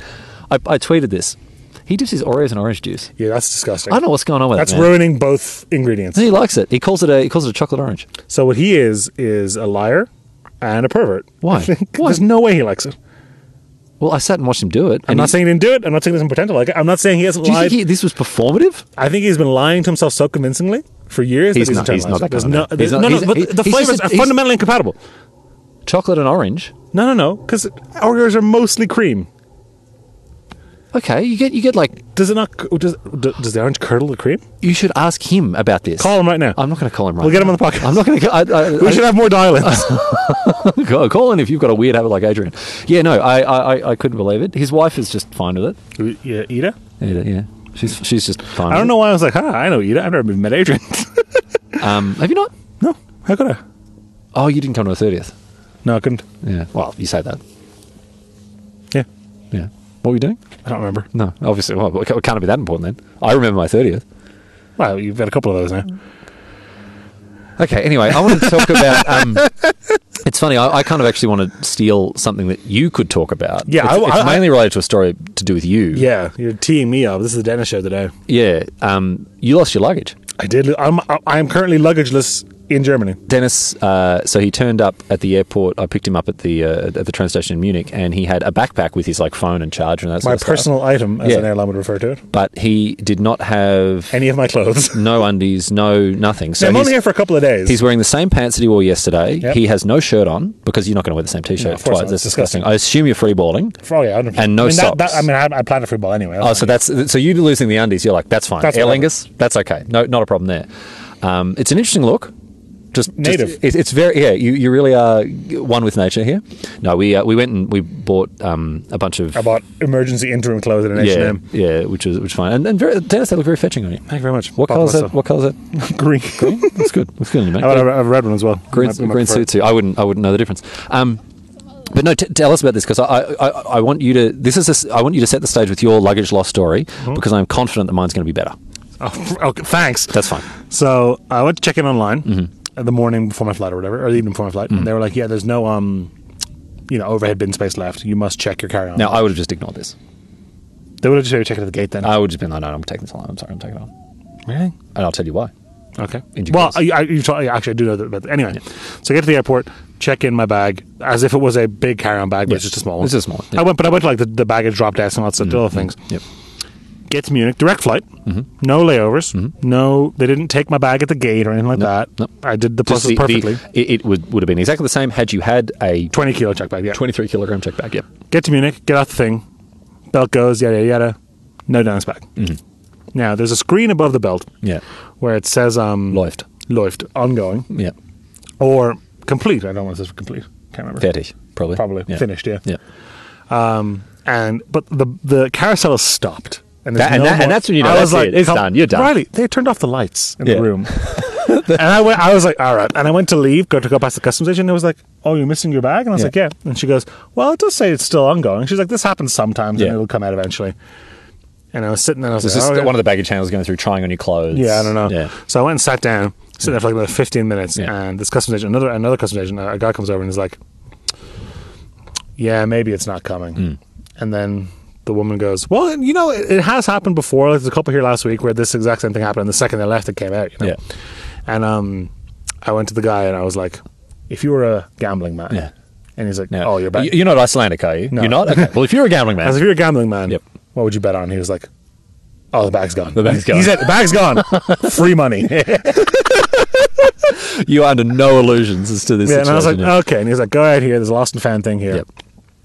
I, I tweeted this. He dips his Oreos in orange juice.
Yeah, that's disgusting.
I don't know what's going on with
That's
that. man.
ruining both ingredients.
He likes it. He calls it a he calls it a chocolate orange.
So what he is is a liar and a pervert.
Why?
I think
Why?
There's no way he likes it.
Well, I sat and watched him do it.
I'm not saying he didn't do it. I'm not saying there's some potential. Like it. I'm not saying he hasn't
Do you
lied.
think he, this was performative?
I think he's been lying to himself so convincingly for years
He's
that
not- he's
internalized
not
it.
that
There's
kind
no,
of man. He's
there's-
not-
no, no,
he's-
but
he's-
the
he's
flavors
just a-
are
he's-
fundamentally incompatible.
Chocolate and orange.
No, no, no, because Oreos are mostly cream.
Okay, you get you get like
Does it not? c- Does, d- does the orange curdle the cream?
you should ask him about this.
Call him right now.
I'm not going to call him right.
we'll get him
now.
on the podcast.
I'm not going to. I, I,
we
I,
should have more dial-ins.
Call- call in if you've got a weird habit like Adrian. Yeah, no, I, I I- I couldn't believe it. His wife is just fine with it.
yeah, Ida.
Yeah, yeah. she's she's just fine.
I don't
with
know why I was like, huh, I know Ida. I've never been met Adrian.
It. Um, have you not?
no, how could I?
Oh, you didn't come to the thirtieth.
No, I couldn't.
Yeah. Well, you say that.
Yeah,
Yeah. What were you doing?
I don't remember.
No, obviously. Well, it can't be that important then. I remember my thirtieth.
Wow, you've had a couple of those now.
Okay. Anyway, I want to talk about. Um, it's funny. I, I kind of actually want to steal something that you could talk about.
Yeah,
it's,
I-
it's
I-
mainly related to a story to do with you.
Yeah, you're teeing me up. This is the Dennis show today.
yeah. Um, you lost your luggage,
I did. lo- I'm. I- I am currently luggageless in Germany.
Dennis. Uh, so he turned up at the airport. I picked him up at the uh, at the train station in Munich, and he had a backpack with his like phone and charger and that.
My
sort of
personal item, as
Yeah.
an airline would refer to it.
Stuff. But he did not have
Any of my clothes.
no undies, no nothing. So
I'm
he's,
only here for a couple of days.
He's wearing the same pants that he wore yesterday.
Yep.
He has no shirt on because you're not going to wear the same t-shirt
of course
twice.
not.
That's
It's disgusting.
disgusting. I assume you're freeballing.
oh yeah, 100%.
and no
I mean, that-
socks.
That, I mean, I, I planned a free ball anyway.
Oh, so that's so you losing the undies. You're like, that's fine.
That's
Aer
whatever.
Lingus, that's okay. No, not a problem there. Um, it's an interesting look. Just just-
Native.
it- it's very yeah. You, you really are one with nature here. No, we uh, we went and we bought um, a bunch of
I bought emergency interim clothes at an H and
yeah
M.
yeah, which was which was fine. And, and very, Dennis, that looked very fetching on you.
Thank you very much.
What
Pop
colour is that?
myself.
What colour is that?
Green.
That's good. That's good on you, mate.
I bought a, a red one as well.
green,
Might be my
green
preferred.
suit too. I wouldn't. I wouldn't know the difference. Um, but no, t- tell us about this because I, I, I I want you to. This is. a s- I want you to set the stage with your luggage loss story
Mm-hmm.
because I'm confident that mine's going to be better.
Oh, okay, thanks.
That's Mm-hmm. fine.
So I went to check in online uh, the morning before my flight or whatever, or the evening before my flight.
Mm.
And they were like, "Yeah, there's no um, you know, overhead bin space left. You must check your carry on."
Now I would have just ignored this.
They would have just had you check it at the gate then.
I would have just been like, no, no, I'm taking this alone. I'm sorry, I'm taking it on,
really?
and I'll tell you why.
Okay.
In due
Well,
course.
I, I, you told, yeah, actually, I do know that. But anyway, so I get to the airport, check in my bag as if it was a big carry-on bag, but it's
Yeah.
just a small one.
It's a small one, yeah. Mm.
I went, but I went to like the, the baggage drop desk and lots of other things.
Yep.
Get to Munich, direct flight,
Mm-hmm.
no layovers, no. They didn't take my bag at the gate or anything like that.
nope.
I did the
Just
pluses perfectly.
The, it it would, would have been exactly the same had you had a
Twenty kilo check bag. Yeah.
23 kilogram check bag. Yep.
Get to Munich, get out the thing, belt goes, yada yada yada, no down bag.
Mm-hmm.
Now there's a screen above the belt
Yeah.
where it says um,
Läuft.
läuft, ongoing.
Yeah.
or complete. I don't want to say complete. Can't remember.
Fertig. Probably.
Probably
Yeah.
finished. Yeah. Um,
Yeah.
And but the the carousel is stopped. And, there's
That- and that-
more-
and that's when you know
I
that's
was like,
it. It's
"Come-
done. You're done."
Riley, they turned off the lights in
Yeah.
the room. and I went. I was like, all right. And I went to leave, go to go past the customs agent. And it was like, oh, you're missing your bag. And I was
Yeah.
like, yeah. And she goes, well, it does say it's still ongoing. She's like, this happens sometimes,
Yeah.
and it'll come out eventually. And I was sitting there. and I was
This
like,
is
oh, yeah.
one of the baggage handlers going through trying on your clothes.
Yeah, I don't know.
Yeah.
So I went and sat down. sitting there for like about 15 minutes,
Yeah.
and this customs agent, another another customs agent, a guy comes over and is like, "Yeah, maybe it's not coming."
Hmm.
And then the woman goes, "Well, you know, it, it has happened before. Like there's a couple here last week where this exact same thing happened. And the second they left, it came out. You know?
Yeah.
And um, I went to the guy and I was like, "If you were a gambling man,"
Yeah.
and he's like,
No.
"Oh, you're back."
Y- You're not Icelandic, are you?
No.
You're not. Okay. Well, if you're a gambling
I was
man,
like, if you're a gambling man,
Yep.
what would you bet on? He was like, oh, the bag's gone.
The bag's gone.
He said, the bag's gone. Free money. yeah,
you are under no illusions as to this
and I was like,
situation.
okay. And he was like, go out here. There's a lost and found thing here.
Yep.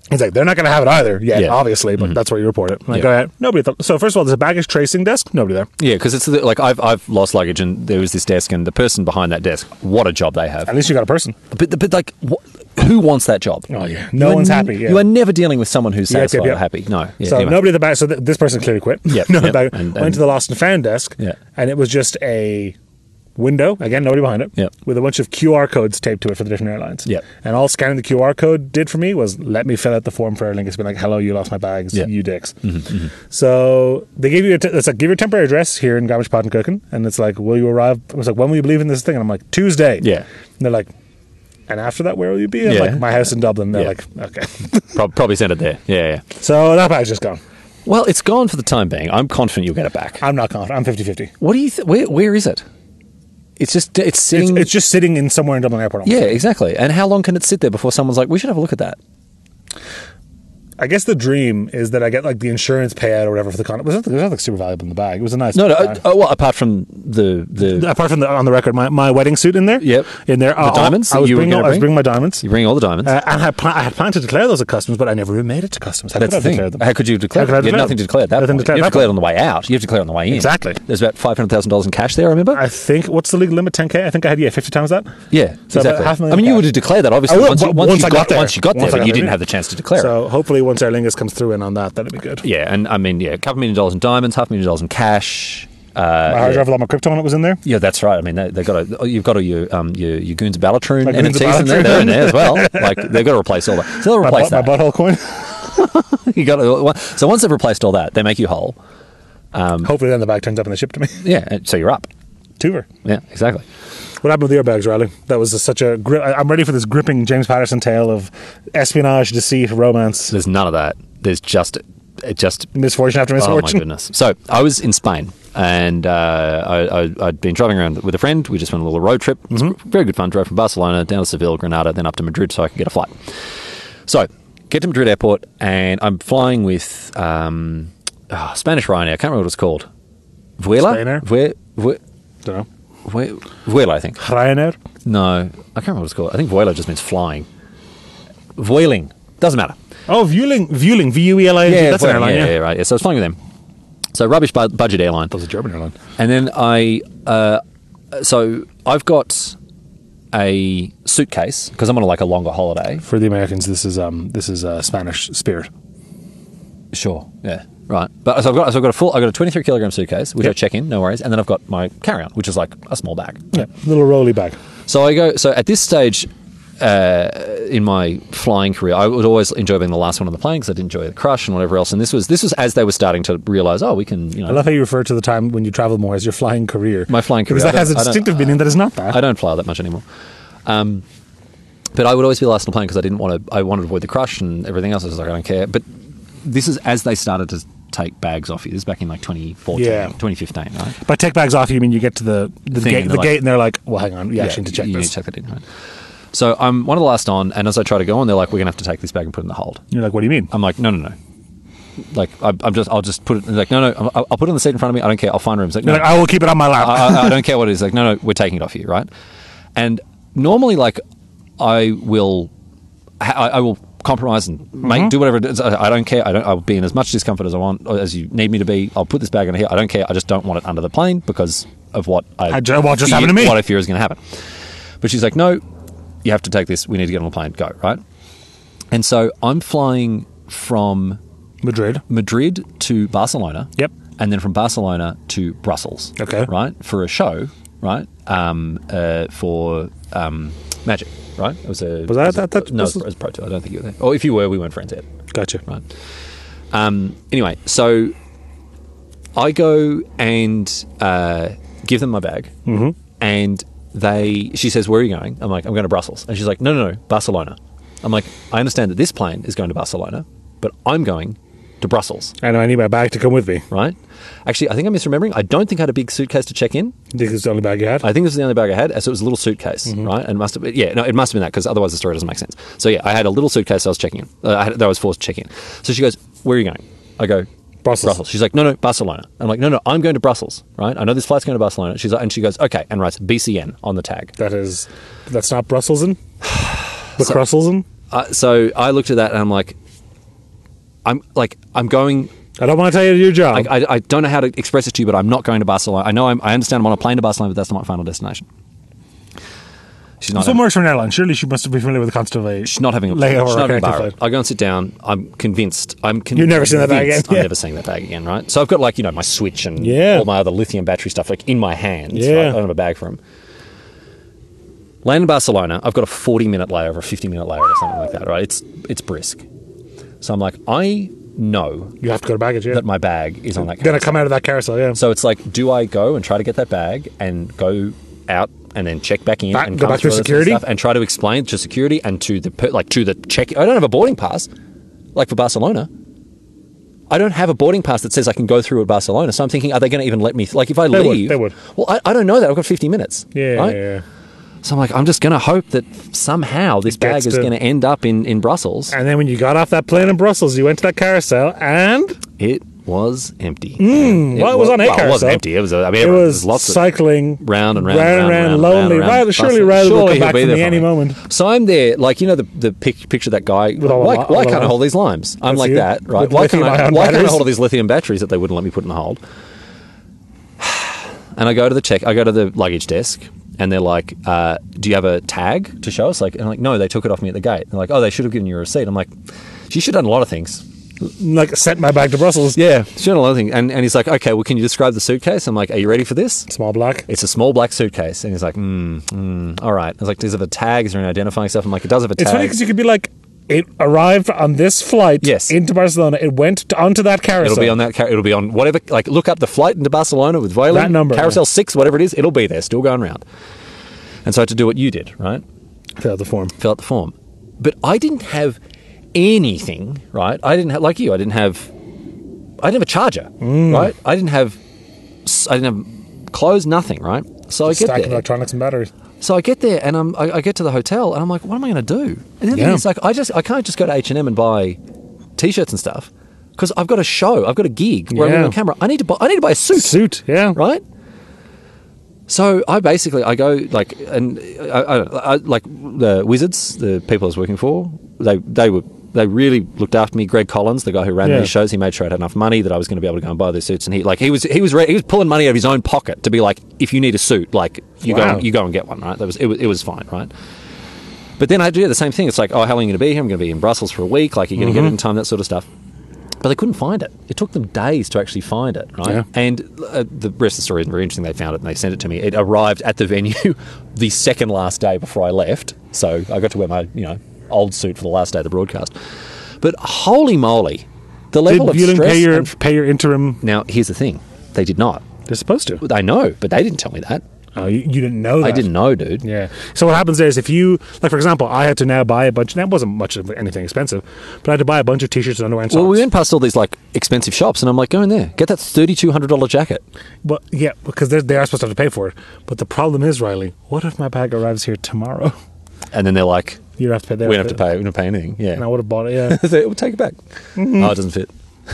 He's like, they're not going to have it either. Yeah,
Yeah. Mm-hmm.
obviously, but that's where you report it. I'm like,
Yeah.
go ahead. Nobody. Th- so first of all, there's a baggage tracing desk. Nobody there.
yeah, because it's the, like I've I've lost luggage, and there was this desk, and the person behind that desk. What a job they have!
At least you got a person.
But but like, what, who wants that job?
Oh, yeah. No
You are
one's
n-
happy, yeah.
You are never dealing with someone who's
Yep, yep,
satisfied
yep.
or happy. No. Yeah,
so
anyway.
nobody at the back. So th- this person clearly quit.
Yep,
no
yep.
bag.
And-
Went
and-
to the lost and found desk.
Yeah.
And it was just a window. Again, nobody behind it.
Yep.
With a bunch of QR codes taped to it for the different airlines.
Yep.
And all scanning the QR code did for me was let me fill out the form for Airlink. It's been like, hello, you lost my bags.
Yeah. Mm-hmm,
You dicks. So they gave you a t- it's like give your temporary address here in Gamish Pottenkoeken, and it's like, will you arrive? It was like, when will you believe in this thing? And I'm like, Tuesday.
Yeah.
And they're like. And after that, where will you be? I'm
Yeah.
like, my house in Dublin. They're
Yeah.
like, okay.
Prob- probably sent it there. Yeah, yeah.
so that bag's just gone.
Well, it's gone for the time being. I'm confident you'll get it back.
I'm not confident. I'm 50 50.
What do you? Th- where where is it? It's just it's
It's,
sitting.
it's just sitting in somewhere in Dublin Airport.
yeah, exactly. And how long can it sit there before someone's like, we should have a look at that?
I guess the dream is that I get like the insurance payout or whatever for the con. It was nothing, it was nothing super valuable in the bag. It was a nice.
No, no.
bag.
uh, oh, well, apart from the the
Apart from the on the record, my, my wedding suit in there.
Yep.
In there, the
diamonds
I
that
was
you were
bringing.
gonna
I was
bring?
bringing my diamonds.
you bring all the diamonds.
Uh, and I, had pla- I had planned to declare those at customs, but I never even made it to customs. How
That's
could
the
I declare
thing.
them?
How could you have declared?
could I
you had
declare them?
nothing to declare at that
Nothing
point.
to declare
you
at
have
that
declared on the way out. You have declared on the way in.
Exactly.
There's about five hundred thousand dollars in cash there. I remember.
I think what's the legal limit? 10k. I think I had yeah 50 times that.
yeah,
So about
exactly.
half a million
I mean, you
cash.
would have declared that obviously
I would,
once, you,
but
once,
once
you
I
got,
got there.
once you got
Once
there,
I
but
got
you didn't
there.
have the chance to declare it.
So hopefully, once Aer Lingus comes through in on that, that'd be good.
Yeah, and I mean, yeah, a couple million dollars in diamonds, half a million dollars in cash. Uh,
My hard drive with all my crypto on it was in there.
Yeah, that's right. I mean, they, they got a, you've got all your um, your, your goons of Ballatroon
My Goons of
NFTs in
Ballatroon.
there. They're in there as well. Like they've got to replace all that. So they'll
My,
replace
butt- my
that.
butthole coin.
you got to, so once they've replaced all that, they make you whole.
Hopefully, then the bag turns up and they ship to me.
Yeah, and so you're up.
Tuver.
Yeah, exactly.
What happened with your bags, Riley? That was a, such a grip. I- I'm ready for this gripping James Patterson tale of espionage, deceit, romance,
There's none of that. There's just it just
misfortune after
Oh my
misfortune.
goodness! So I was in Spain, and uh, I, I, I'd been driving around with a friend. We just went on a little road trip. It was
Mm-hmm.
Very good fun. Drove from Barcelona down to Seville, Granada, then up to Madrid, so I could get a flight. So get to Madrid airport, and I'm flying with um, ah, Spanish Ryanair. I can't remember what it's called. Vuela,
Spanair?
Vue- Vue-
Dunno.
Vue- Vuela, I think.
Ryanair.
No, I can't remember what it's called. I think Vuela just means flying. Vueling doesn't matter.
Oh, Vueling. Vueling. V U E L I N G.
Yeah,
That's an
Vueling,
airline.
yeah,
Yeah,
yeah, right. Yeah, so I was flying with them. So rubbish bu- budget airline.
was a German airline.
And then I, uh, so I've got a suitcase because I'm on like a longer holiday.
For the Americans, this is um, this is uh, Spanish spirit.
Sure. Yeah. Right. But so I've got so I've got a full I've got a 23 kilogram suitcase which I
Yep.
check in, no worries, and then I've got my carry on which is like a small bag.
Yeah, little rolly bag.
So I go. So at this stage. Uh, in my flying career, I would always enjoy being the last one on the plane because I did enjoy the crush and whatever else. And this was this was as they were starting to realize, oh, we can, you know,
I love how you refer to the time when you travel more as your flying career.
My flying
Because
career.
that
I
has a
don't- I don't-
distinctive meaning that is not that.
I don't fly that much anymore. Um, but I would always be the last on the plane because I didn't want to. I wanted to avoid the crush and everything else. I was like, I don't care. But this is as they started to take bags off you. This is back in like 2014,
Yeah.
2015, right?
By take bags off, you mean you get to the, the
Thing
gate,
and
the
they're like-
gate, and they're like, "Well, hang on, we actually need to check
you
this."
check that in. Right? So I'm one of the last on, and as I try to go on, they're like, we're going to have to take this bag and put it in the hold.
You're like, "What do you mean?"
I'm like, no, no, no. Like I, I'm just, I'll just put it. Like no, no, I'll, I'll put it on the seat in front of me. I don't care. I'll find rooms. Like, no,
You're like, "I will keep it on my lap."
I, I- I don't care what it is. Like, no, no, we're taking it off you, right? And normally, like, I will, I, I will compromise and make
Mm-hmm.
do whatever it is. I, I don't care. I don't. I'll be in as much discomfort as I want, or as you need me to be. I'll put this bag in here. I don't care. I just don't want it under the plane because of what I,
I don't- what just happened to me.
What I fear is going to happen. But she's like, no, you have to take this. We need to get on the plane. Go right. And so I'm flying from
Madrid.
Madrid to Barcelona.
Yep.
And then from Barcelona to Brussels.
Okay.
Right? For a show, right? Um, uh, for um, Magic, right? It was a.
Was that-
it a-
that- that-
no, it was,
was-
it was Pro Tour. I don't think you were there. Or if you were, we weren't friends yet.
Gotcha.
Right. Um, anyway, so I go and uh, give them my bag. Mm-hmm. And they she says, Where are you going? I'm like, I'm going to Brussels. And she's like, No, no, no, Barcelona. I'm like, I understand that this plane is going to Barcelona, but I'm going to Brussels,
And I need my bag to come with me.
right? Actually, I think I'm misremembering. I don't think I had a big suitcase to check in.
This is the only bag you had.
I think this was the only bag I had, so it was a little suitcase, right? And must have, been, yeah, no, it must have been that because otherwise the story doesn't make sense. So yeah, I had a little suitcase. I was checking in. Uh, I had, that I was forced to check in. So she goes, "Where are you going?" I go,
Brussels.
She's like, "No, no, Barcelona." I'm like, "No, no, I'm going to Brussels, right? I know this flight's going to Barcelona." She's like, and she goes, "Okay," and writes BCN on the tag.
That is, that's not Brussels in? The Brussels in?
Uh, so I looked at that and I'm like, I'm like, I'm going
I don't want to tell you to do your job.
I, I, I don't know how to express it to you, but I'm not going to Barcelona. I know I'm, I understand I'm on a plane to Barcelona, but that's not my final destination. She's not.
so Someone works for an airline. Surely she must be familiar with the concept of a.
she's not having a.
layover
she's
or
not having a
connecting
bar.
flight.
I go and sit down. I'm convinced. I'm. Con-
You've never seen that bag
convinced
again.
I'm
Yeah.
never seeing that bag again, right? So I've got like you know my switch and
Yeah.
all my other lithium battery stuff like in my hands. right?
Yeah.
I don't have a bag for them. Land in Barcelona. I've got a 40 minute layover, a 50 minute layover, or something like that. Right? It's it's brisk. So I'm like, I know
You have to go to baggage, yeah.
that my bag is on that.
then I come out of that carousel, yeah.
So it's like, do I go and try to get that bag and go out and then check back in
Back-
and
go
come
back through
all this
security?
stuff and try to explain to security and to the per- like to the check? I don't have a boarding pass, like for Barcelona. I don't have a boarding pass that says I can go through at Barcelona. So I'm thinking, are they going to even let me? Like if I
They would,
leave,
they would.
Well, I, I don't know that. I've got 50 minutes.
yeah,
right?
yeah, yeah.
So I'm like, I'm just going to hope that somehow this bag
gets
is
to-
going to end up in in Brussels.
And then when you got off that plane in Brussels, you went to that carousel and
It was empty. it
Hmm, well, it was on a
well, It
carousel.
wasn't empty. It was. I mean,
it
everyone-
was
there's lots of
cycling
round and round,
round and round, lonely.
round and
Riley- surely
Busted.
Riley will
Surely
come back to
he'll be there
me
for
any moment.
So I'm there, like you know the the pic, picture of that guy.
all the
why
li- all
why
the
can't I
li-
hold these limes? I'm
That's
like
you.
that, right?
With
Why can't I
lithium-ion
why can't I
batteries.
hold all these lithium batteries that they wouldn't let me put in the hold? And I go to the check, I go to the luggage desk, and they're like, uh, "Do you have a tag to show us?" Like, and I'm like, "No, they took it off me at the gate." they're like, "Oh, they should have given you a receipt." I'm like, "She should have done a lot of things."
like sent my bag to Brussels.
Yeah, she's done a lot of things. And and he's like, "Okay, well, can you describe the suitcase?" I'm like, "Are you ready for this?"
Small black.
It's a small black suitcase. And he's like, hmm, hmm, all right. I was like, does it have a tag? Is there an identifying stuff? I'm like, it does have a
It's funny
tag.
because you could be like, it arrived on this flight
Yes.
into Barcelona. It went to, onto that carousel.
It'll be on that. Car- it'll be on whatever. Like, look up the flight into Barcelona with Voiland.
That number,
Carousel
yeah.
six, whatever it is. It'll be there, still going round. And so I had to do what you did, right?
Fill out the form.
Fill out the form. But I didn't have anything, right? I didn't have like you. I didn't have. I didn't have a charger,
Mm.
right? I didn't have. s- I didn't have clothes. Nothing, right? So I get
Stack
there.
of electronics and batteries.
So I get there and I'm, I, I get to the hotel and I'm like, what am I going to do? And the other
Yeah.
thing is like, I just I can't just go to H and M and buy t-shirts and stuff because I've got a show, I've got a gig where I'm going
Yeah.
on camera. I need to buy I need to buy a suit,
Suit, yeah.
right? So I basically I go like and I, I, I like the wizards, the people I was working for, they they were. They really looked after me. Greg Collins, the guy who ran
Yeah.
these shows, he made sure I had enough money that I was going to be able to go and buy these suits. And he, like, he was he was re- he was pulling money out of his own pocket to be like, if you need a suit, like you
Wow.
go you go and get one, right? That was it, was it was fine, right? But then I had to do the same thing. It's like, oh, how long are you going to be here? I'm going to be in Brussels for a week. Like, you're going to
Mm-hmm.
get it in time, that sort of stuff. But they couldn't find it. It took them days to actually find it, right?
Yeah.
And uh, the rest of the story isn't very interesting. They found it and they sent it to me. It arrived at the venue the second last day before I left. So I got to wear my, you know, old suit for the last day of the broadcast. But holy moly, the
Did
level of
Vueling
stress.
pay your
and-
pay your interim?
now, here's the thing. They did not.
They're supposed to.
I know, but they didn't tell me that.
Oh, you, you didn't know. That.
I didn't know, dude.
Yeah. So what happens there is if you like, for example, I had to now buy a bunch. That wasn't much of anything expensive, but I had to buy a bunch of t-shirts and underwear and socks.
Well, we went past all these like expensive shops, and I'm like, go in there, get that thirty two hundred dollar jacket.
Well, yeah, because they're, they are supposed to have to pay for it. But the problem is, Riley, what if my bag arrives here tomorrow?
And then they're like,
You have to pay.
we don't have to pay, we don't pay anything.
And I
Yeah,
would have bought it. Yeah.
They say, we'll take it back.
Mm-hmm.
Oh, it doesn't fit.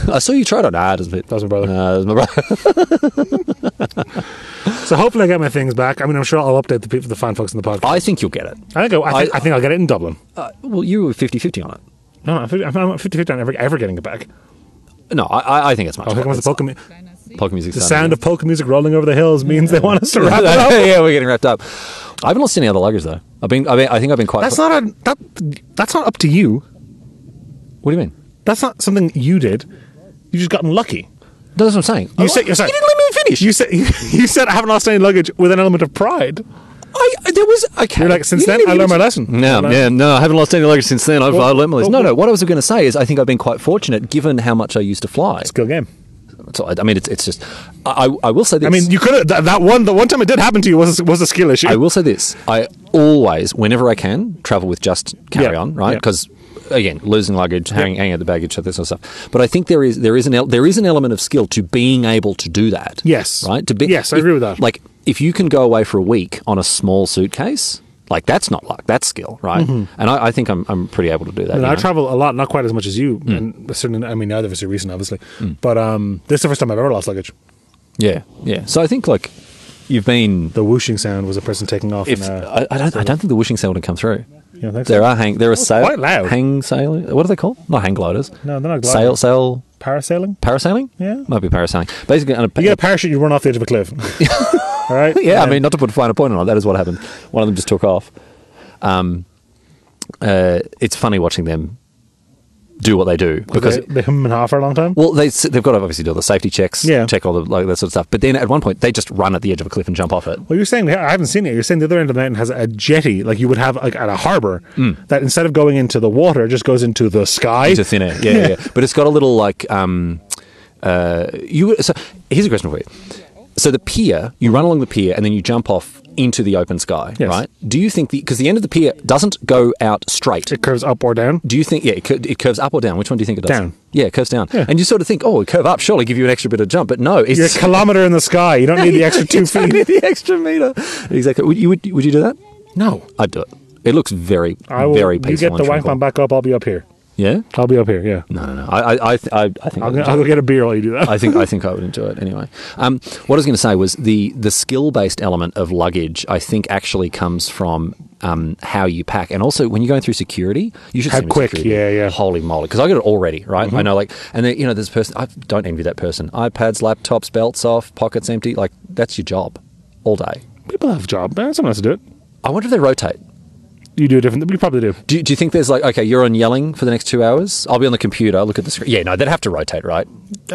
I saw you try it on. Nah, it doesn't fit.
That was my brother.
Nah, that was my brother.
so hopefully I get my things back. I mean, I'm sure I'll update the people, the fine folks in the podcast.
I think you'll get it.
I think I, I, think, I,
I-
think I'll get it in Dublin.
Uh, well, you were 50-50 on it.
No, I'm 50 I'm 50 on ever, ever getting it back.
No, I, I- I think it's much.
Oh, here comes the polka. mu-
Polka music.
The sound of polka music rolling over the hills means they want us to wrap it up.
yeah, we're getting wrapped up. I haven't lost any other luggage though. I've been. I, mean, I think I've been quite.
That's not a that. That's not up to you.
What do you mean?
That's not something you did. You just gotten lucky.
No, that's what I'm saying.
You
I-
said you're
you didn't let me finish.
You said you said I haven't lost any luggage with an element of pride.
I there was okay.
You're like, since
You
then,
didn't
I learned my
even-
lesson. I
No,
learned-
yeah, no, I haven't lost any luggage since then. I've,
Well,
I've learned my lesson.
well,
No, no. What I was going to say is, I think I've been quite fortunate, given how much I used to fly.
Skill game.
That's all I, I mean, it's it's just. I, I- I will say this.
I mean, you could have that, that one. The one time it did happen to you was was a skill issue.
I will say this: I always, whenever I can, travel with just carry on, right?
yeah.
Because again, losing luggage, hanging, hanging out the baggage, that sort of stuff. But I think there is there is an el- there is an element of skill to being able to do that.
Yes.
right. To be
Yes, I agree with that.
Like if you can go away for a week on a small suitcase. Like that's not luck, that's skill, right? And I, I think I'm, I'm pretty able to do that.
And
you
Mm-hmm. I
know?
travel a lot, not quite as much as
Hmm.
you, and certainly, I mean, neither of us are recent, obviously. But um, this is the first time I've ever lost luggage.
yeah, yeah. So I think like you've been.
The whooshing sound was a person taking off.
If
in a,
I, I don't, I don't think the wishing sail would come through.
you know,
There are hang, there are sail,
quite loud.
hang sailing. What are they called? Not hang gliders.
No, they're not gliders.
Sail, sail,
parasailing.
parasailing.
Yeah.
might be parasailing. Basically, on a,
You get a parachute, you run off the edge of a cliff. All right.
yeah. I
And
mean, not to put a finer point on it, that is what happened. One of them just took off. Um, uh, it's funny watching them do what they do because.
they, they hum and haw for a long time.
well, they, s- they've got to obviously do all the safety checks,
Yeah.
check all the like that sort of stuff. But then at one point, they just run at the edge of a cliff and jump off it.
Well, you're saying I haven't seen it. You're saying the other end of the mountain has a jetty, like you would have like at a harbor, that instead of going into the water, just goes into the sky.
Hmm. into thin air. Yeah, yeah. yeah. But it's got a little like um, uh, you. So here's a question for you. So the pier, you run along the pier and then you jump off into the open sky,
Yes.
right? Do you think the because the end of the pier doesn't go out straight?
it curves up or down.
Do you think yeah, it, cur- it curves up or down? Which one do you think it does?
Down.
Yeah, it curves down.
Yeah.
And you sort of think, oh, it curve up, surely give you an extra bit of jump, but no,
You're a
it's
kilometer in the sky. You don't need the extra two
you don't
feet.
need the extra meter. Exactly. Would you would, would you do that?
No,
I'd do it. It looks very
I will.
very
you
peaceful.
get the
and
wank
tranquil.
bomb back up. I'll be up here.
Yeah.
I'll be up here. Yeah.
No, no, no. I I I, th- I, I
I'll,
think I'd
go-
do it.
I'll go get a beer while you do that.
I think I think I would enjoy it anyway. Um, what I was going to say was the the skill based element of luggage. I think actually comes from um, how you pack, and also when you're going through security, you should
How
see me
quick,
security.
yeah, Mm-hmm. yeah.
Holy moly! Because I got it already, right? I know, like, and then you know, this person. I don't envy that person. iPads, laptops, belts off, pockets empty. Like that's your job all day.
People have jobs. Someone has to do it.
I wonder if they rotate.
You do a different. You probably do.
Do, do you think there's like okay, you're on yelling for the next two hours? I'll be on the computer. Look at the screen. Yeah, no, they'd have to rotate, right?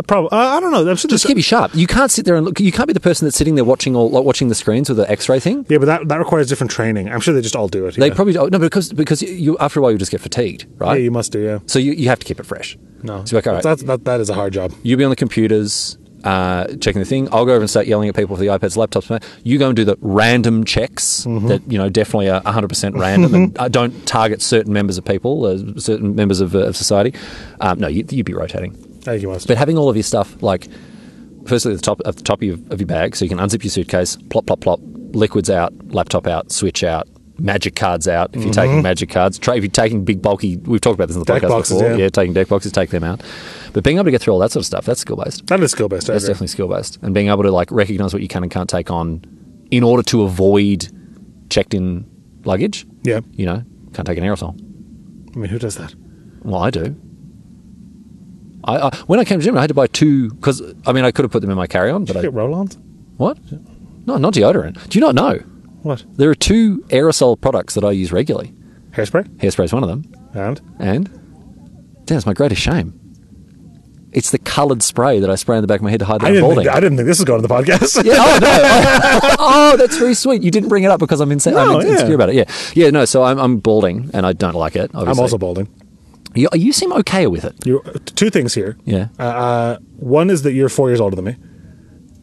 probably. I don't know. That's just.
Just keep you sharp. You can't sit there and look. You can't be the person that's sitting there watching all like, watching the screens with the X-ray thing.
yeah, but that, that requires different training. I'm sure they just all do it.
They
yeah.
probably oh, no because because you after a while you just get fatigued,
Yeah,
right?
you must do. Yeah.
so you, you have to keep it fresh.
No.
so you're like, all right,
That's, that, that is a hard job.
you'll be on the computers uh, checking the thing. I'll go over and start yelling at people for the iPads, laptops. You go and do the random checks
Mm-hmm.
that you know definitely are 100 percent random and uh, don't target certain members of people, uh, certain members of, uh, of society. Um, no, you, you'd be rotating.
I think you must.
But having all of your stuff like, firstly at the top at the top of your, of your bag, so you can unzip your suitcase, plop plop plop, liquids out, laptop out, switch out, magic cards out. If you're taking magic cards, try if you're taking big bulky. We've talked about this in the
Mm-hmm. Deck
podcast
boxes,
before.
yeah.
taking deck boxes, take them out. But being able to get through all that sort of stuff, that's skill based.
that is skill based. I
That's
agree.
definitely skill based, and being able to like recognize what you can and can't take on, in order to avoid checked in luggage.
Yeah.
You know, can't take an aerosol.
I mean, who does that?
Well, I do. I, I when I came to gym, I had to buy two because I mean I could have put them in my carry-on, but
Did
I,
you get roll-ons?
what? No, not deodorant. Do you not know?
What?
There are two aerosol products that I use regularly.
Hairspray?
Hairspray is one of them,
And?
and damn, it's my greatest shame. It's the coloured spray that I spray on the back of my head to hide that
I
I'm
didn't,
balding.
think, I didn't think this was going to the podcast.
Yeah, oh, no. oh, that's very sweet. You didn't bring it up because I'm, insa-
No,
I'm in- insecure
yeah.
about it. Yeah, yeah. No, so I'm, I'm balding and I don't like it.
I'm
Obviously.
also balding.
You, you seem okay with it.
You, two things here.
Yeah.
Uh, uh, one is that you're four years older than me.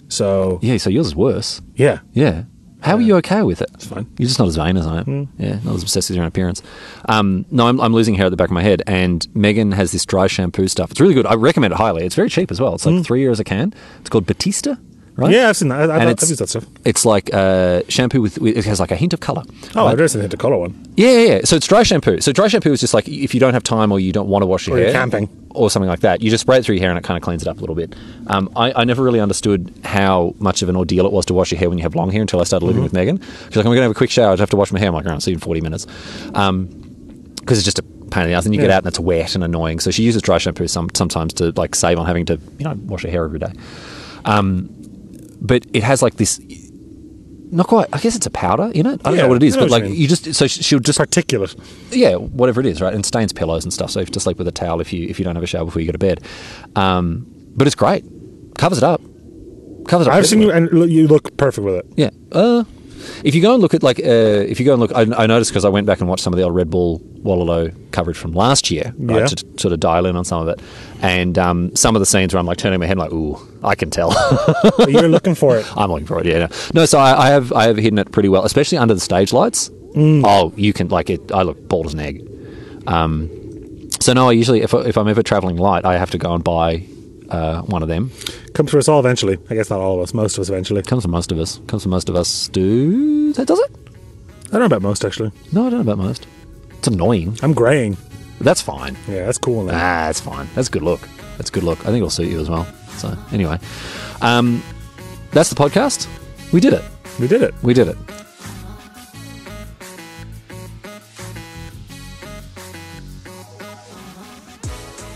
So,
Yeah. So yours is worse.
yeah.
Yeah. How are you okay with it? It's
fine. Mm.
You're just not as vain as I am. Yeah, not as obsessed with your own appearance. Um, no, I'm, I'm losing hair at the back of my head, and Megan has this dry shampoo stuff. It's really good. I recommend it highly. It's very cheap as well. It's like three euros a can. It's called Batista, right?
Mm. Yeah, I've seen that. I,
And
I, I've
it's-
used that stuff.
It's like uh, shampoo with, with, it has like a hint of color.
Oh,
right?
I've seen the into color one.
Yeah, yeah, yeah. So it's dry shampoo. So dry shampoo is just like if you don't have time or you don't want to wash your
Or
hair,
you're camping.
or something like that. You just spray it through your hair and it kind of cleans it up a little bit. Um, I, I never really understood how much of an ordeal it was to wash your hair when you have long hair until I started
Mm-hmm.
living with Megan. She's like, I'm going to have a quick shower. I would have to wash my hair. I'm like, all right, see you in 40 minutes. Um 'cause because it's just a pain in the ass, and you get
Yeah.
out and it's wet and annoying. So she uses dry shampoo some, sometimes to like save on having to you know wash her hair every day. Um, but it has like this. Not quite. I guess it's a powder in it. I don't
Yeah,
know what it is,
I know
but
what
like
you mean.
you just so she- she'll just
Particulate.
yeah, whatever it is, right? And stains pillows and stuff. So you have to sleep with a towel if you if you don't have a shower before you go to bed. Um, but it's great. Covers it up. Covers it up.
I've seen you,
everywhere.
and lo- you look perfect with it.
Yeah. Uh, if you go and look at like uh, if you go and look, I, I noticed because I went back and watched some of the old Red Bull Wallalo coverage from last year, right,
Yeah.
to t- sort of dial in on some of it. And um, some of the scenes where I'm like turning my head, like, ooh, I can tell.
You're looking for it.
I'm looking for it. Yeah, no, no so I, I have I have hidden it pretty well, especially under the stage lights. Oh, you can like it. I look bald as an egg. Um, so no, I usually if I, if I'm ever traveling light, I have to go and buy uh, one of them.
Comes for us all eventually. I guess not all of us, most of us eventually.
Comes from most of us. Comes from most of us. Do that does it?
I don't know about most actually.
No, I don't know about most. It's annoying.
I'm graying.
That's fine.
Yeah, that's cool. Now.
Ah, that's fine. That's a good look. That's a good look. I think it'll suit you as well. So anyway, um, that's the podcast. We did it.
We did it.
We did it.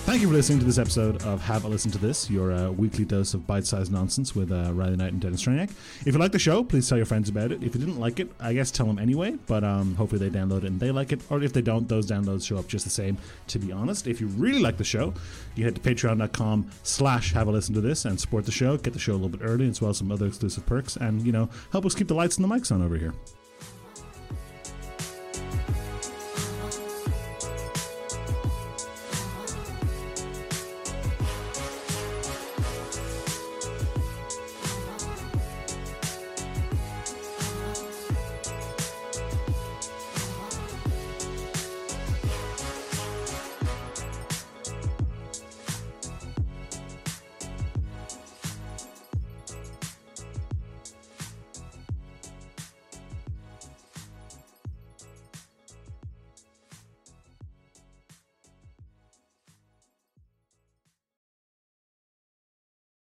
Thank you for listening to this episode of Have a Listen to This, your uh, weekly dose of bite sized nonsense with uh, Riley Knight and Dennis Triniak. If you like the show, please tell your friends about it. If you didn't like it, I guess tell them anyway, but um, hopefully they download it and they like it. Or if they don't, those downloads show up just the same, to be honest. If you really like the show, you head to patreon.com slash have a listen to this and support the show, get the show a little bit early, as well as some other exclusive perks, and, you know, help us keep the lights and the mics on over here.